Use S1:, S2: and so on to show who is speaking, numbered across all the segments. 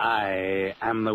S1: I am the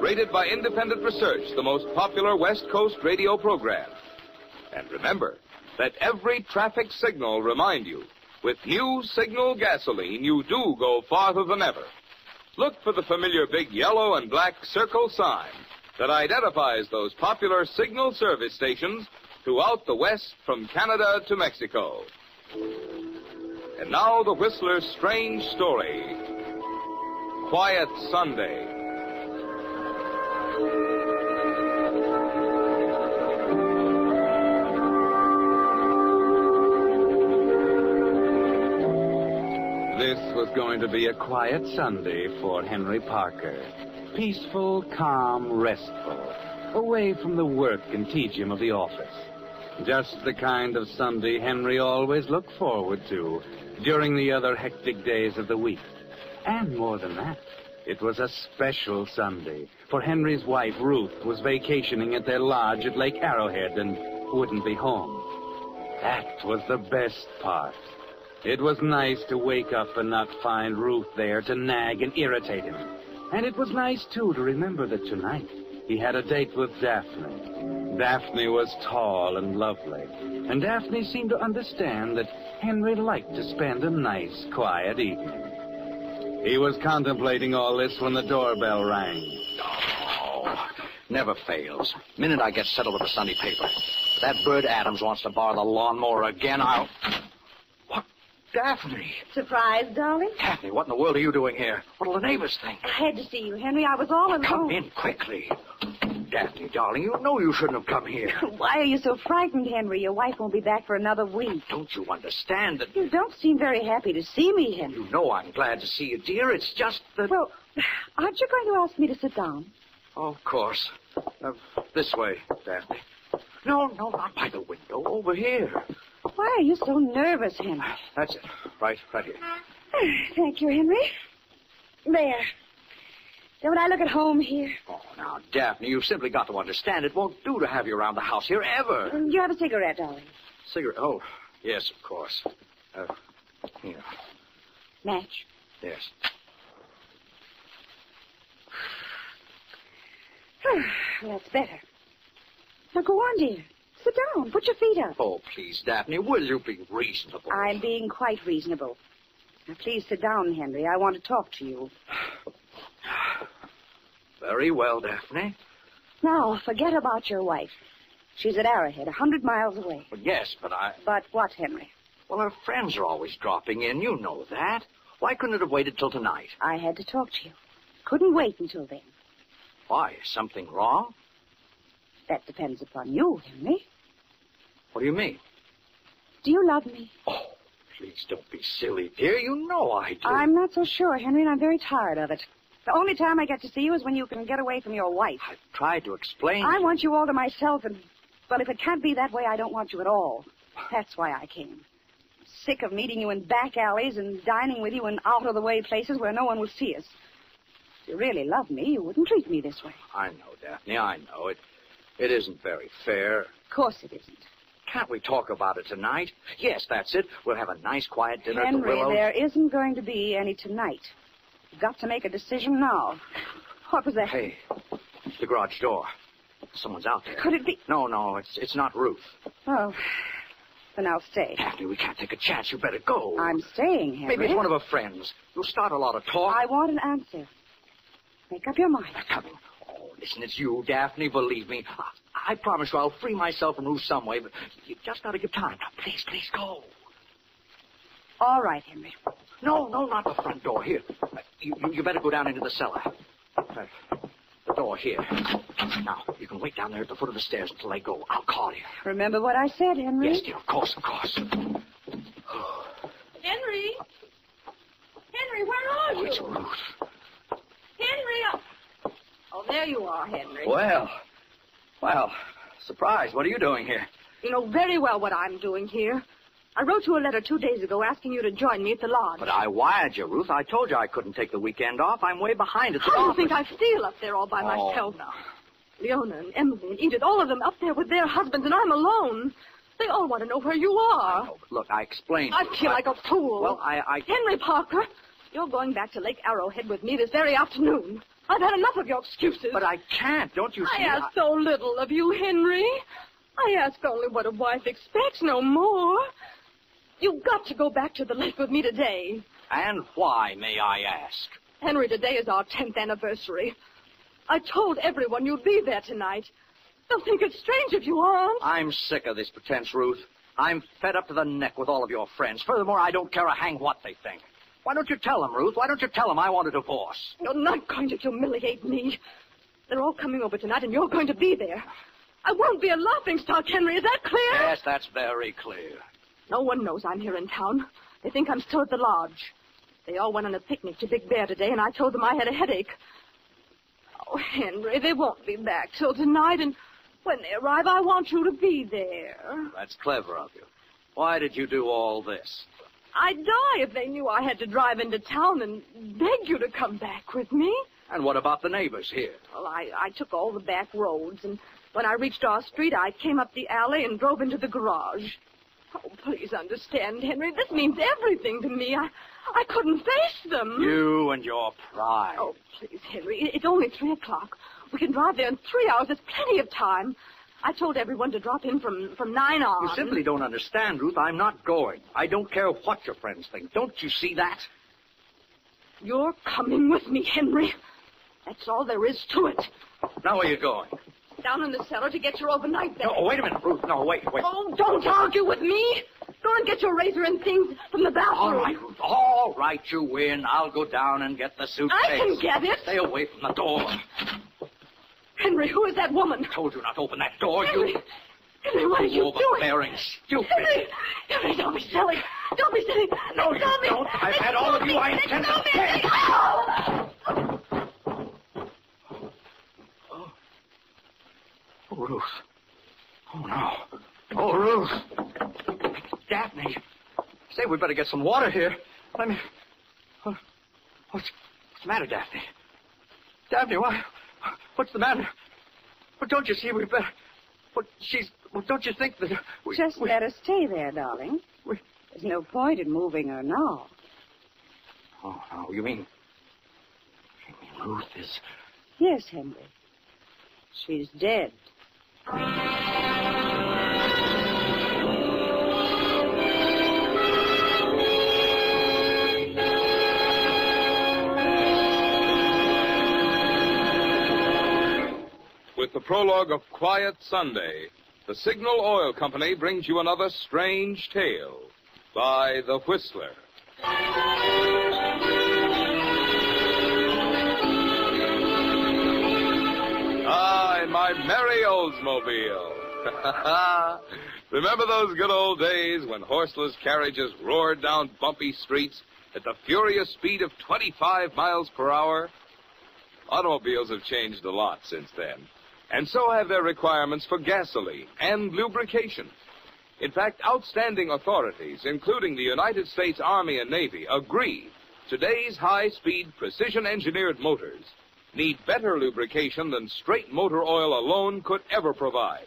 S2: rated by independent research the most popular West Coast radio program. And remember, let every traffic signal remind you with new signal gasoline, you do go farther than ever. Look for the familiar big yellow and black circle sign that identifies those popular signal service stations throughout the West from Canada to Mexico. And now, The Whistler's strange story Quiet Sunday.
S1: This was going to be a quiet Sunday for Henry Parker. Peaceful, calm, restful. Away from the work and tedium of the office. Just the kind of Sunday Henry always looked forward to during the other hectic days of the week. And more than that, it was a special Sunday, for Henry's wife, Ruth, was vacationing at their lodge at Lake Arrowhead and wouldn't be home. That was the best part. It was nice to wake up and not find Ruth there to nag and irritate him. And it was nice, too, to remember that tonight he had a date with Daphne. Daphne was tall and lovely, and Daphne seemed to understand that Henry liked to spend a nice, quiet evening. He was contemplating all this when the doorbell rang.
S3: Oh, never fails. Minute I get settled with the Sunday paper. If that bird Adams wants to borrow the lawnmower again, I'll. What? Daphne!
S4: Surprise, darling?
S3: Daphne, what in the world are you doing here? What'll the neighbors think?
S4: I had to see you, Henry. I was all alone.
S3: Come in quickly. Daphne, darling, you know you shouldn't have come here.
S4: Why are you so frightened, Henry? Your wife won't be back for another week.
S3: Don't you understand that?
S4: You don't seem very happy to see me, Henry.
S3: You know I'm glad to see you, dear. It's just that.
S4: Well, aren't you going to ask me to sit down?
S3: Oh, of course. Uh, this way, Daphne. No, no, not by the window. Over here.
S4: Why are you so nervous, Henry?
S3: That's it. Right, right here.
S4: Thank you, Henry. There. Don't I look at home here?
S3: Oh, now, Daphne, you've simply got to understand it won't do to have you around the house here ever.
S4: Um, You have a cigarette, darling.
S3: Cigarette. Oh, yes, of course. Uh, here.
S4: Match.
S3: Yes.
S4: well, that's better. Now go on, dear. Sit down. Put your feet up.
S3: Oh, please, Daphne, will you be reasonable?
S4: I'm being quite reasonable. Now, please sit down, Henry. I want to talk to you.
S3: Very well, Daphne.
S4: Now, forget about your wife. She's at Arrowhead, a hundred miles away.
S3: Well, yes, but I.
S4: But what, Henry?
S3: Well, her friends are always dropping in. You know that. Why couldn't it have waited till tonight?
S4: I had to talk to you. Couldn't wait until then.
S3: Why? Is something wrong?
S4: That depends upon you, Henry.
S3: What do you mean?
S4: Do you love me?
S3: Oh, please don't be silly, dear. You know I do.
S4: I'm not so sure, Henry, and I'm very tired of it. The only time I get to see you is when you can get away from your wife.
S3: I've tried to explain.
S4: I want you all to myself, and, well, if it can't be that way, I don't want you at all. That's why I came. Sick of meeting you in back alleys and dining with you in out of the way places where no one will see us. If you really love me, you wouldn't treat me this way.
S3: I know, Daphne. I know it. It isn't very fair.
S4: Of course it isn't.
S3: Can't we talk about it tonight? Yes, that's it. We'll have a nice, quiet dinner at the
S4: Henry,
S3: Willows.
S4: there isn't going to be any tonight. You've got to make a decision now. What was that?
S3: Hey, the garage door. Someone's out there.
S4: Could it be?
S3: No, no, it's it's not Ruth.
S4: Oh,
S5: then I'll stay.
S3: Daphne, we can't take a chance. You better go.
S5: I'm staying, Henry.
S3: Maybe it's one of her friends. You'll start a lot of talk.
S5: I want an answer. Make up your mind.
S3: They're coming. Oh, listen, it's you, Daphne. Believe me. I, I promise you I'll free myself and move some way, but you just gotta give time. Now, please, please go.
S5: All right, Henry.
S3: No, no, not the front door. Here. Uh, You, you, you better go down into the cellar. Uh, the door here. Now, you can wait down there at the foot of the stairs until I go. I'll call you.
S5: Remember what I said, Henry?
S3: Yes, dear, of course, of course.
S4: Henry? Henry, where are
S3: Oh,
S4: you?
S3: it's Ruth.
S4: Henry! I- Oh, there you are, Henry.
S3: Well, well, surprise. What are you doing here?
S4: You know very well what I'm doing here. I wrote you a letter two days ago asking you to join me at the lodge.
S3: But I wired you, Ruth. I told you I couldn't take the weekend off. I'm way behind at the
S4: How do you
S3: office.
S4: think I feel up there all by
S3: Oh,
S4: myself?
S3: no.
S4: Leona and Emily and Edith, all of them up there with their husbands, and I'm alone. They all want to know where you are.
S3: No, but look, I explained.
S4: I
S3: to you.
S4: feel like a fool.
S3: Well, I, I.
S4: Henry Parker, you're going back to Lake Arrowhead with me this very afternoon. I've had enough of your excuses.
S3: But I can't. Don't you
S4: I
S3: see?
S4: ask so little of you, Henry. I ask only what a wife expects, no more. You've got to go back to the lake with me today.
S3: And why, may I ask?
S4: Henry, today is our 10th anniversary. I told everyone you'd be there tonight. They'll think it's strange if you aren't.
S3: I'm sick of this pretense, Ruth. I'm fed up to the neck with all of your friends. Furthermore, I don't care a hang what they think. Why don't you tell them, Ruth? Why don't you tell them I want a divorce?
S4: You're not going to humiliate me. They're all coming over tonight, and you're going to be there. I won't be a laughingstock, Henry. Is that clear?
S3: Yes, that's very clear.
S4: No one knows I'm here in town. They think I'm still at the lodge. They all went on a picnic to Big Bear today, and I told them I had a headache. Oh, Henry, they won't be back till tonight, and when they arrive, I want you to be there.
S3: That's clever of you. Why did you do all this?
S4: I'd die if they knew I had to drive into town and beg you to come back with me.
S3: And what about the neighbors here?
S4: Well, I, I took all the back roads, and when I reached our street, I came up the alley and drove into the garage. Oh, please understand, Henry. This means everything to me. I, I couldn't face them.
S3: You and your pride.
S4: Oh, please, Henry. it- It's only three o'clock. We can drive there in three hours. There's plenty of time. I told everyone to drop in from, from nine on.
S3: You simply don't understand, Ruth. I'm not going. I don't care what your friends think. Don't you see that?
S4: You're coming with me, Henry. That's all there is to it.
S3: Now where are you going?
S4: Down in the cellar to get your overnight bag.
S3: No, wait a minute, Ruth. No, wait, wait.
S4: Oh, don't argue with me. Go and get your razor and things from the bathroom.
S3: All right, Ruth. All right, you win. I'll go down and get the suitcase.
S4: I can get it.
S3: Stay away from the door. I
S4: Henry, who is that woman?
S3: told you not to open that door.
S4: Henry,
S3: You,
S4: Henry, what are
S3: you
S4: you doing?
S3: overbearing stupid.
S4: Henry, Henry, don't be silly. Don't be silly.
S3: No, you
S4: don't be.
S3: don't. I've had all of you. I intend to pay. Oh, Ruth. Oh, no. Oh, Ruth. Daphne. Say, we better get some water here. Let me. What- What's, what's the matter, Daphne? Daphne, why? What's the matter? Well, don't you see we better. Well, she's. Well, don't you think that. We,
S5: Just
S3: we,
S5: let her stay there, darling.
S3: We,
S5: There's no point in moving her now.
S3: oh, no. You mean. You mean Ruth is.
S5: Yes, Henry. She's dead.
S1: With the prologue of Quiet Sunday, the Signal Oil Company brings you another strange tale by The Whistler. Ah, in my merry Oldsmobile. Remember those good old days when horseless carriages roared down bumpy streets at the furious speed of 25 miles per hour? Automobiles have changed a lot since then, and so have their requirements for gasoline and lubrication. In fact, outstanding authorities, including the United States Army and Navy, agree today's high speed, precision engineered motors need better lubrication than straight motor oil alone could ever provide.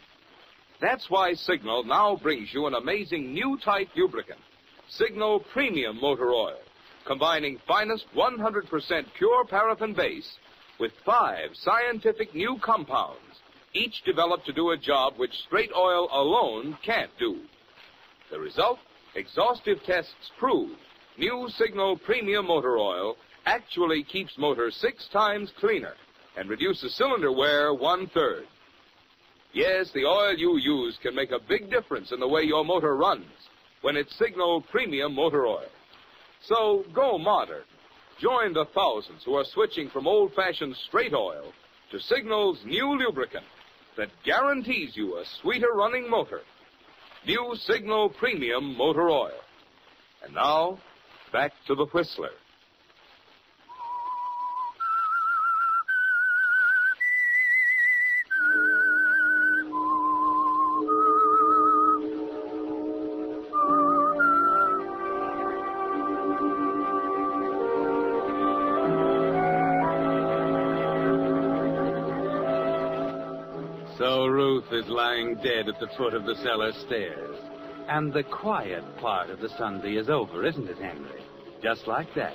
S1: That's why Signal now brings you an amazing new type lubricant, Signal Premium Motor Oil, combining finest 100% pure paraffin base with five scientific new compounds, each developed to do a job which straight oil alone can't do.
S2: The result? Exhaustive tests prove new Signal Premium Motor Oil actually keeps motor six times cleaner and reduces cylinder wear one third. Yes, the oil you use can make a big difference in the way your motor runs when it's Signal Premium Motor Oil. So go modern. Join the thousands who are switching from old fashioned straight oil to Signal's new lubricant that guarantees you a sweeter running motor. New Signal Premium Motor Oil. And now, back to the Whistler.
S1: So Ruth is lying dead at the foot of the cellar stairs. And the quiet part of the Sunday is over, isn't it, Henry? Just like that.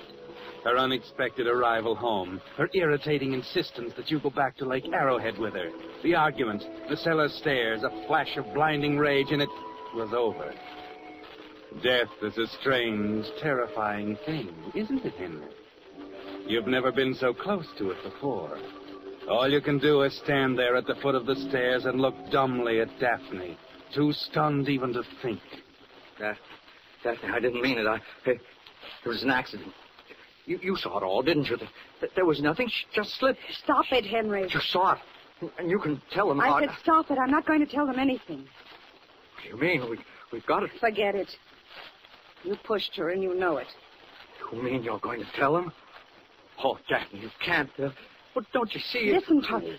S1: Her unexpected arrival home, her irritating insistence that you go back to Lake Arrowhead with her, the arguments, the cellar stairs, a flash of blinding rage, and it was over. Death is a strange, terrifying thing, isn't it, Henry? You've never been so close to it before. All you can do is stand there at the foot of the stairs and look dumbly at Daphne, too stunned even to think.
S3: Uh, Daphne, I didn't mean it. I, uh, it was an accident. You, you saw it all, didn't you? There, there was nothing. She just slipped.
S4: Stop it, Henry.
S3: You saw it. And you can tell them how...
S4: I said stop it. I'm not going to tell them anything.
S3: What do you mean? We, we've got it.
S4: Forget it. You pushed her and you know it.
S3: You mean you're going to tell them? Oh, Daphne, you can't. Uh, but don't you see it?
S4: Listen, Tuffy.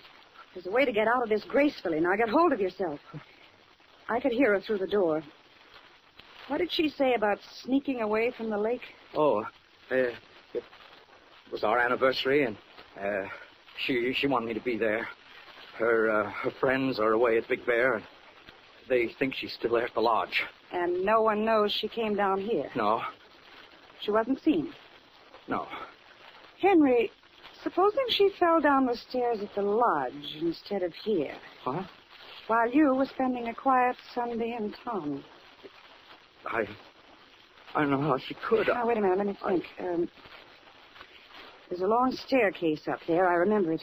S4: There's a way to get out of this gracefully. Now get hold of yourself. I could hear her through the door. What did she say about sneaking away from the lake?
S3: Oh, uh, it was our anniversary, and uh, she she wanted me to be there. Her uh, her friends are away at Big Bear, and they think she's still there at the lodge.
S4: And no one knows she came down here.
S3: No,
S4: She wasn't seen.
S3: no.
S4: Henry, supposing she fell down the stairs at the lodge instead of here,
S3: Huh?
S4: while you were spending a quiet Sunday in town.
S3: I I don't know how she could.
S4: Now, wait a minute. Let me think. Um, there's a long staircase up there. I remember it.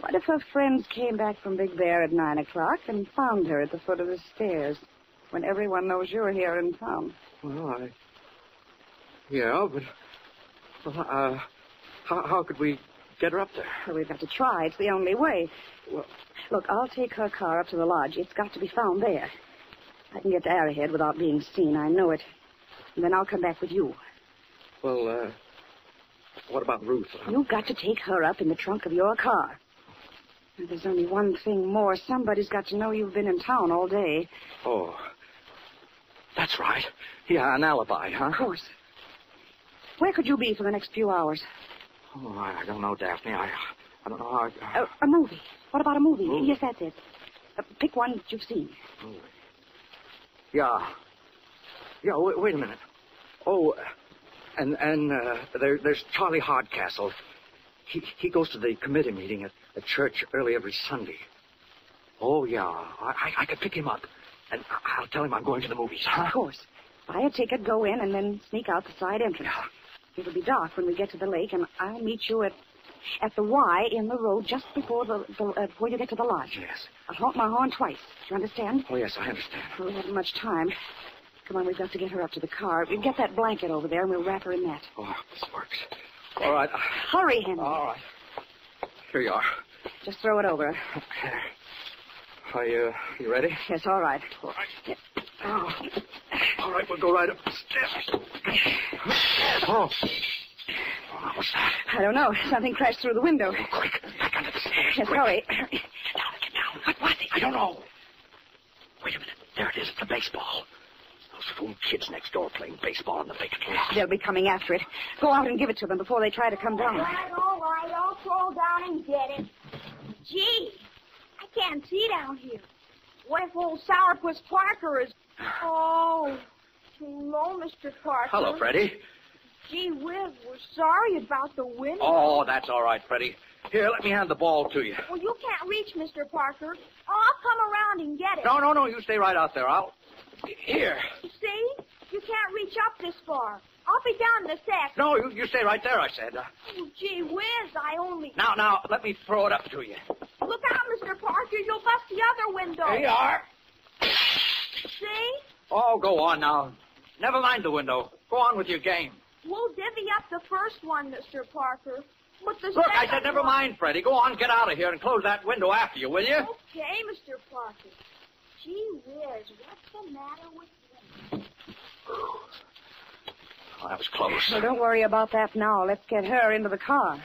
S4: What if her friends came back from Big Bear at nine o'clock and found her at the foot of the stairs when everyone knows you're here in town?
S3: Well, I. Yeah, but. Well, uh, how, how could we get her up there?
S4: Well, we've got to try. It's the only way. Well, look, I'll take her car up to the lodge. It's got to be found there. I can get to Arrowhead without being seen. I know it. And then I'll come back with you.
S3: Well, uh, what about Ruth?
S4: You've got to take her up in the trunk of your car. And there's only one thing more. Somebody's got to know you've been in town all day.
S3: Oh, that's right. Yeah, an alibi, huh?
S4: Of course. Where could you be for the next few hours?
S3: Oh, I, I don't know, Daphne. I, I don't know how. I,
S4: Uh, a movie. What about a movie?
S3: Movie.
S4: Yes, that's it. Uh, pick one that you've seen.
S3: yeah, yeah. Wait, wait a minute. Oh, uh, and and uh, there, there's Charlie Hardcastle. He he goes to the committee meeting at the church early every Sunday. Oh yeah, I I, I could pick him up, and I, I'll tell him I'm going to the movies. Huh?
S4: Of course. Buy a ticket, go in, and then sneak out the side entrance. It'll be dark when we get to the lake, and I'll meet you at at the Y in the road just before the, the uh, before you get to the lodge.
S3: Yes.
S4: I'll honk my horn twice. Do you understand?
S3: Oh yes, I understand.
S4: We haven't much time. Come on, we've got to get her up to the car. We Get that blanket over there, and we'll wrap her in that.
S3: Oh, this works. All right, uh,
S4: Hurry, Henry.
S6: Uh.
S3: all right. Here you are.
S4: Just throw it over.
S3: Are you you ready?
S4: Yes, all right.
S3: Oh. All right, we'll go right up the steps. Oh. oh what's that?
S4: I don't know. Something crashed through the window.
S3: Quick, back under the stairs.
S4: Yes,
S3: quick.
S4: hurry.
S3: Down, get down. What was it? I don't know. Wait a minute. There it is. The baseball. Those fool kids next door playing baseball in the big glass.
S4: They'll be coming after it. Go out and give it to them before they try to come down.
S6: right, all right. I'll crawl down and get it. Gee, I can't see down here. What if old Sourpuss Parker is... Oh, hello, Mr. Parker.
S3: Hello, Freddy.
S6: Gee whiz, we're sorry about the window.
S3: Oh, that's all right, Freddy. Here, let me hand the ball to you.
S6: Well, you can't reach Mr. Parker. Oh, I'll come around and get it.
S3: No, no, no. You stay right out there. I'll Here.
S6: See? You can't reach up this far. I'll be down in a sec.
S3: No, you, you stay right there, I said. Uh,
S6: Oh, gee whiz, I only...
S3: now, now, let me throw it up to you.
S6: Look out, Mr. Parker. You'll bust the other window.
S3: There you are.
S6: See?
S3: Oh, go on now. Never mind the window. Go on with your game.
S6: We'll divvy up the first one, Mr. Parker. But the
S3: Look, I
S6: second
S3: said never
S6: one-
S3: mind, Freddy. Go on, get out of here and close that window after you, will you?
S6: Okay, Mr. Parker. Gee whiz, what's the matter with you?
S3: Oh, that was close.
S4: Well, don't worry about that now. Let's get her into the car.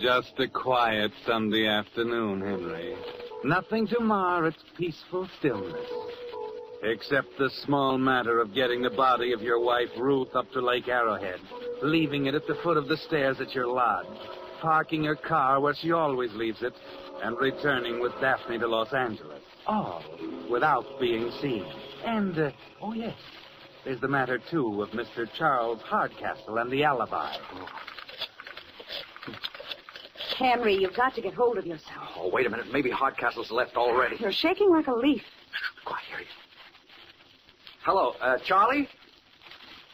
S1: Just a quiet Sunday afternoon, Henry. Nothing to mar its peaceful stillness. Except the small matter of getting the body of your wife, Ruth, up to Lake Arrowhead, leaving it at the foot of the stairs at your lodge, parking her car where she always leaves it, and returning with Daphne to Los Angeles. All without being seen. And, uh, oh, yes, there's the matter, too, of Mr. Charles Hardcastle and the alibi.
S4: Henry, you've got to get hold of yourself.
S3: Oh, wait a minute. Maybe Hardcastle's left already.
S4: You're shaking like a leaf.
S3: Quiet, here he is. Hello, uh, Charlie?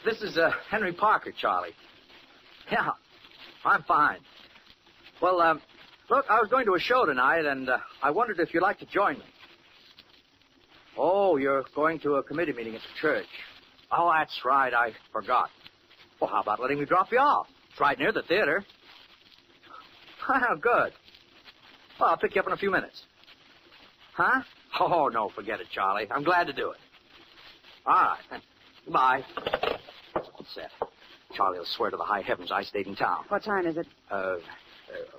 S3: This is uh, Henry Parker, Charlie. Yeah, I'm fine. Well, um, look, I was going to a show tonight, and uh, I wondered if you'd like to join me. Oh, you're going to a committee meeting at the church. Oh, that's right. I forgot. Well, how about letting me drop you off? It's right near the theater. Good. Well, I'll pick you up in a few minutes. Huh? Oh, no, forget it, Charlie. I'm glad to do it. All right. Goodbye. All set. Charlie will swear to the high heavens I stayed in town.
S4: What time is it?
S3: Uh, uh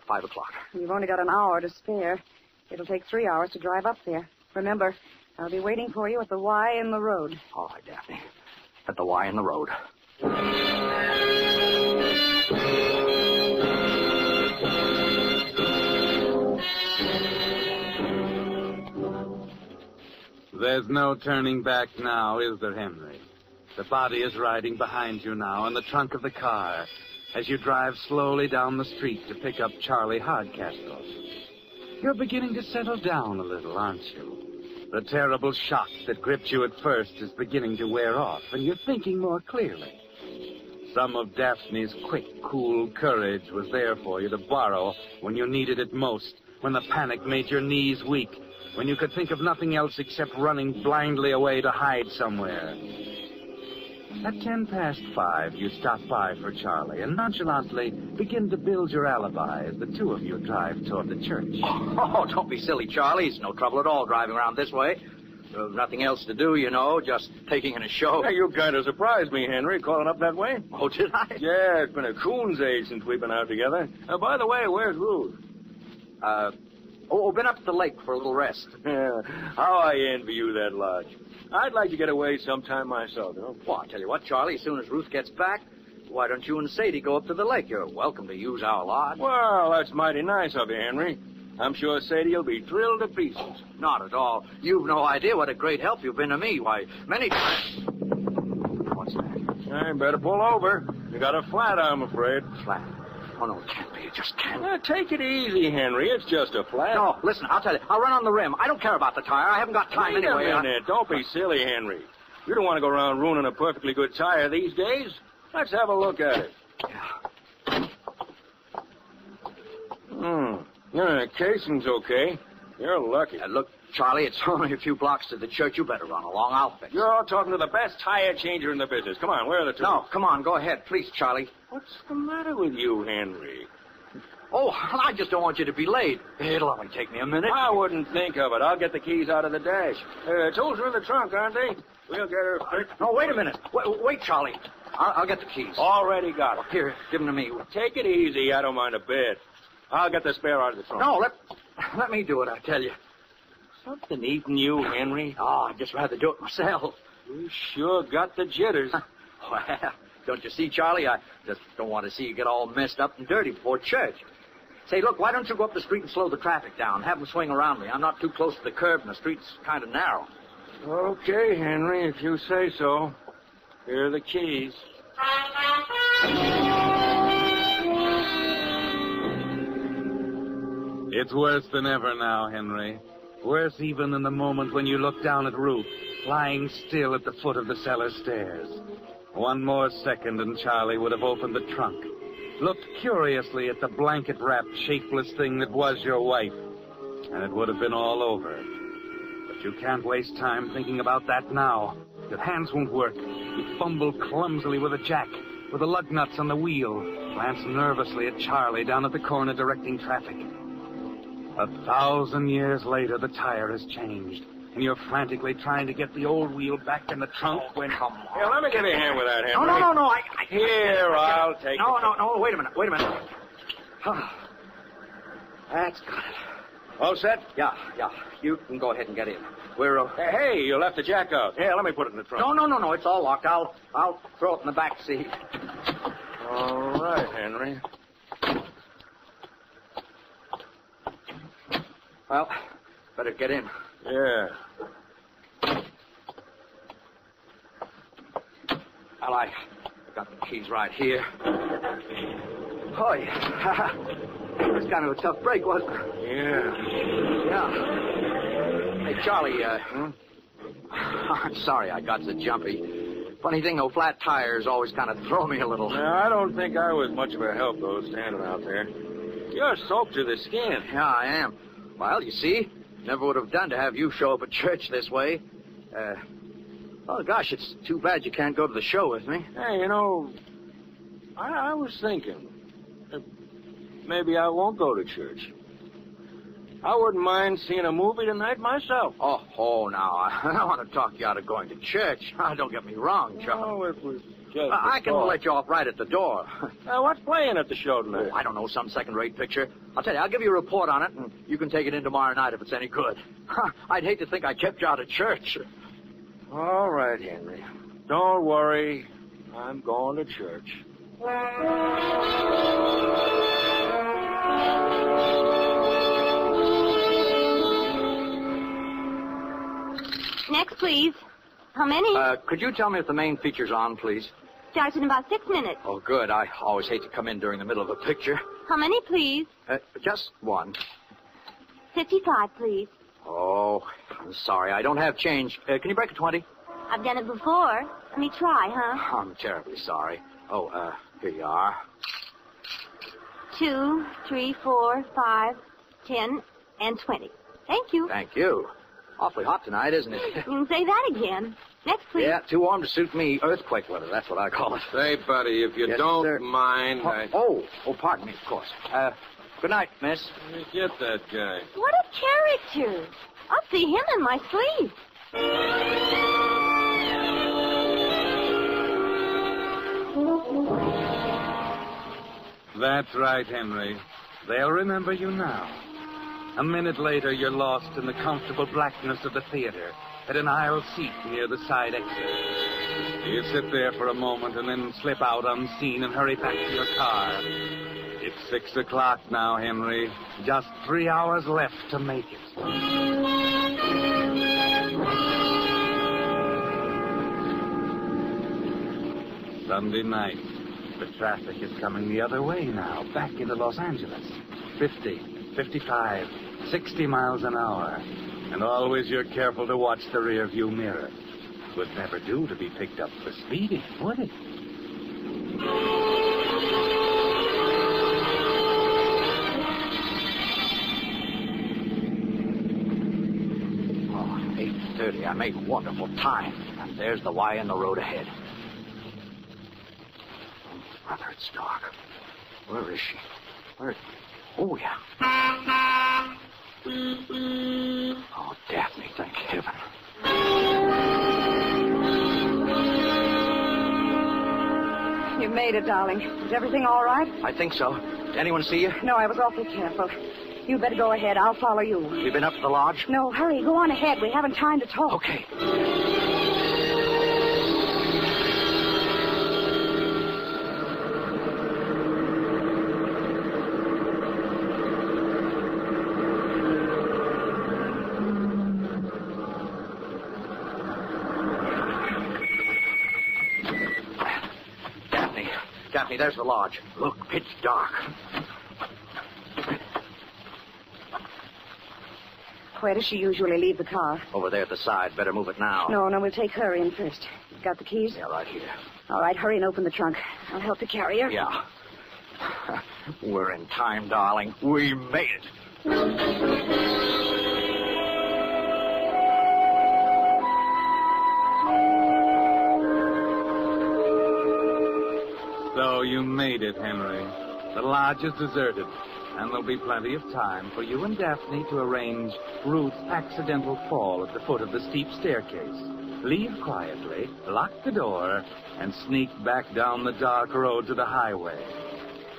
S3: five o'clock.
S4: You've only got an hour to spare. It'll take three hours to drive up there. Remember, I'll be waiting for you at the Y in the road.
S3: All right, Daphne. At the Y in the road.
S1: There's no turning back now, is there, Henry? The body is riding behind you now in the trunk of the car as you drive slowly down the street to pick up Charlie Hardcastle. You're beginning to settle down a little, aren't you? The terrible shock that gripped you at first is beginning to wear off, and you're thinking more clearly. Some of Daphne's quick, cool courage was there for you to borrow when you needed it most, when the panic made your knees weak, when you could think of nothing else except running blindly away to hide somewhere. At ten past five, you stop by for Charlie and nonchalantly begin to build your alibi as the two of you drive toward the church.
S3: Oh, don't be silly, Charlie. It's no trouble at all driving around this way. Uh, nothing else to do, you know, just taking in a show.
S7: Hey, you kind of surprised me, Henry, calling up that way.
S3: Oh, did I?
S7: Yeah, it's been a coon's age since we've been out together. Uh, by the way, where's Ruth?
S3: Uh, oh, been up at the lake for a little rest.
S7: Yeah, how I envy you that lodge. I'd like to get away sometime myself, you know.
S3: Well, Oh, I tell you what, Charlie, as soon as Ruth gets back, why don't you and Sadie go up to the lake? You're welcome to use our lodge.
S7: Well, that's mighty nice of you, Henry. I'm sure Sadie will be thrilled to pieces.
S3: Not at all. You've no idea what a great help you've been to me. Why, many times. What's that?
S7: I better pull over. You got a flat, I'm afraid.
S3: Flat. Oh, no, it can't be. It just can't.
S7: Now, take it easy, Henry. It's just a flat.
S3: No, listen, I'll tell you. I'll run on the rim. I don't care about the tire. I haven't got time
S7: Wait
S3: anyway.
S7: a
S3: I-
S7: minute. Don't be silly, Henry. You don't want to go around ruining a perfectly good tire these days. Let's have a look at it. Hmm. Yeah, the casing's okay. You're lucky.
S3: Uh, look, Charlie, it's only a few blocks to the church. You better run along. I'll fix it.
S7: You're all talking to the best tire changer in the business. Come on, where are the two?
S3: No, come on, go ahead, please, Charlie.
S7: What's the matter with you, Henry?
S3: Oh, I just don't want you to be late. It'll only take me a minute.
S7: I wouldn't think of it. I'll get the keys out of the dash. Uh, tools are in the trunk, aren't they? We'll get her fixed.
S3: No, wait a minute. Wait, wait Charlie. I'll, I'll get the keys.
S7: Already got it.
S3: Here, give them to me.
S7: Take it easy. I don't mind a bit. I'll get the spare out of the trunk.
S3: No, let, let me do it, I tell you.
S7: Something eating you, Henry.
S3: Oh, I'd just rather do it myself.
S7: You sure got the jitters.
S3: Well, don't you see, Charlie? I just don't want to see you get all messed up and dirty before church. Say, look, why don't you go up the street and slow the traffic down? Have them swing around me. I'm not too close to the curb, and the street's kind of narrow.
S7: okay, Henry, if you say so. Here are the keys.
S1: It's worse than ever now, Henry. Worse even than the moment when you looked down at Ruth, lying still at the foot of the cellar stairs. One more second and Charlie would have opened the trunk, looked curiously at the blanket wrapped, shapeless thing that was your wife, and it would have been all over. But you can't waste time thinking about that now. Your hands won't work. You fumble clumsily with a jack, with the lug nuts on the wheel, glance nervously at Charlie down at the corner directing traffic. A thousand years later, the tire has changed, and you're frantically trying to get the old wheel back in the trunk when. Come
S7: Here, let me give you a hand with that, Henry.
S3: No, no, no, no. I, I,
S7: Here, I'll take
S3: No,
S7: it.
S3: no, no. Wait a minute. Wait a minute. Ah, That's got it.
S7: All set?
S3: Yeah, yeah. You can go ahead and get in. We're. Uh...
S7: Hey, hey, you left the jack out. Here, let me put it in the trunk.
S3: No, no, no, no. It's all locked. I'll, I'll throw it in the back seat.
S7: All right, Henry.
S3: Well, better get in.
S7: Yeah.
S3: Well, I got the keys right here. Oh, yeah. it was kind of a tough break, wasn't it?
S7: Yeah.
S3: Yeah. Hey, Charlie, uh. I'm sorry I got so jumpy. Funny thing, though, flat tires always kind of throw me a little.
S7: Now, I don't think I was much of a help, though, standing out there. You're soaked to the skin.
S3: Yeah, I am. Well, you see, never would have done to have you show up at church this way. Uh, oh, gosh, it's too bad you can't go to the show with me.
S7: Hey, you know, I, I was thinking that maybe I won't go to church. I wouldn't mind seeing a movie tonight myself.
S3: Oh, oh, now, I don't want to talk you out of going to church. Ah, don't get me wrong, Charlie.
S7: Oh, it was just.
S3: I, I
S7: a
S3: can
S7: thought.
S3: let you off right at the door.
S7: Uh, what's playing at the show tonight?
S3: Oh, I don't know, some second-rate picture. I'll tell you, I'll give you a report on it, and you can take it in tomorrow night if it's any good. I'd hate to think I kept you out of church.
S7: All right, Henry. Don't worry. I'm going to church.
S8: Next, please. How many?
S3: Uh, could you tell me if the main feature's on, please?
S8: Starts in about six minutes.
S3: Oh, good. I always hate to come in during the middle of a picture.
S8: How many, please?
S3: Uh, just one.
S8: Fifty-five, please.
S3: Oh, I'm sorry. I don't have change. Uh, can you break a 20?
S8: I've done it before. Let me try, huh?
S3: I'm terribly sorry. Oh, uh, here you are.
S8: Two, three, four, five, ten, and twenty. Thank you.
S3: Thank you. Awfully hot tonight, isn't it?
S8: You can say that again. Next, please.
S3: yeah, too warm to suit me. Earthquake weather, that's what I call it.
S7: Say, buddy, if you
S3: Yes,
S7: don't
S3: sir.
S7: mind, I...
S3: Oh, oh, pardon me, of course. Uh, good night, miss.
S7: Get that guy.
S8: What a character. I'll see him in my sleep.
S1: That's right, Henry. They'll remember you now. A minute later, you're lost in the comfortable blackness of the theater at an aisle seat near the side exit. You sit there for a moment and then slip out unseen and hurry back to your car. It's six o'clock now, Henry. Just three hours left to make it. Sunday night. The traffic is coming the other way now, back into Los Angeles. 50, 55, 60 miles an hour. And always you're careful to watch the rearview mirror. Would never do to be picked up for speeding, would it?
S3: Oh, 8.30. I made wonderful time. And there's the Y in the road ahead. Oh, Brother, it's dark. Where is she? Where? Oh, yeah. Oh, Daphne, thank heaven.
S4: You made it, darling. Is everything all right?
S3: I think so. Did anyone see you?
S4: No, I was awfully careful. You better go ahead. I'll follow you.
S3: You been up to the lodge?
S4: No, hurry. Go on ahead. We haven't time to talk.
S3: Okay. Daphne, Daphne, There's the lodge. Look, pitch dark.
S4: Where does she usually leave the car?
S3: Over there at the side. Better move it now.
S4: No, no, we'll take her in first. Got the keys?
S3: Yeah, right here.
S4: All right, hurry and open the trunk. I'll help to carry her.
S3: Yeah. We're in time, darling. We made it.
S1: So you made it, Henry. The lodge is deserted, and there'll be plenty of time for you and Daphne to arrange Ruth's accidental fall at the foot of the steep staircase. Leave quietly, lock the door, and sneak back down the dark road to the highway.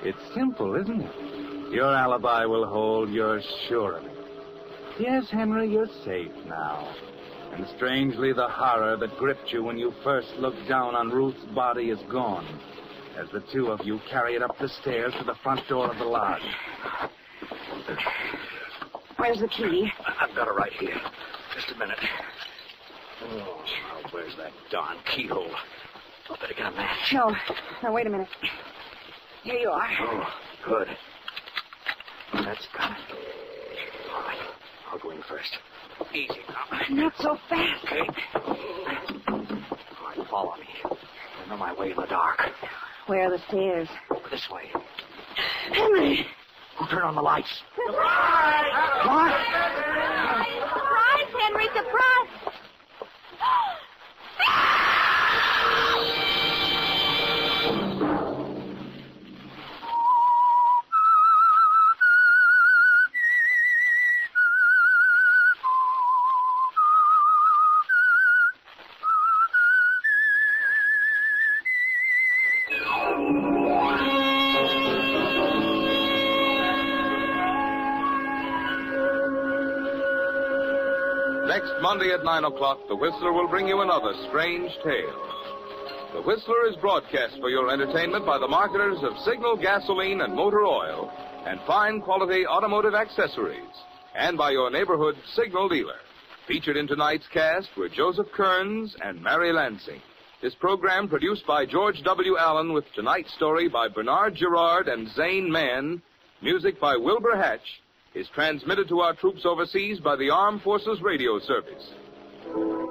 S1: It's simple, isn't it? Your alibi will hold, you're sure of it. Yes, Henry, you're safe now. And strangely, the horror that gripped you when you first looked down on Ruth's body is gone as the two of you carry it up the stairs to the front door of the lodge.
S4: Where's the key?
S3: I've got it right here. Just a minute. Oh, now where's that darn keyhole? I better get a match.
S4: No, no, wait a minute. Here you are.
S3: Oh, good. That's got it. All right. I'll go in first. Easy now.
S4: Not so fast.
S3: Okay. All right, follow me. I know my way in the dark.
S4: Where are the stairs?
S3: This way.
S4: Henry!
S3: Who turn on the lights?
S6: Surprise, Henry, surprise!
S2: Next Monday at 9 o'clock, The Whistler will bring you another strange tale. The Whistler is broadcast for your entertainment by the marketers of Signal gasoline and motor oil and fine quality automotive accessories, and by your neighborhood Signal dealer. Featured in tonight's cast were Joseph Kearns and Mary Lansing. This program produced by George W. Allen with tonight's story by Bernard Gerard and Zane Mann, music by Wilbur Hatch, is transmitted to our troops overseas by the Armed Forces Radio Service.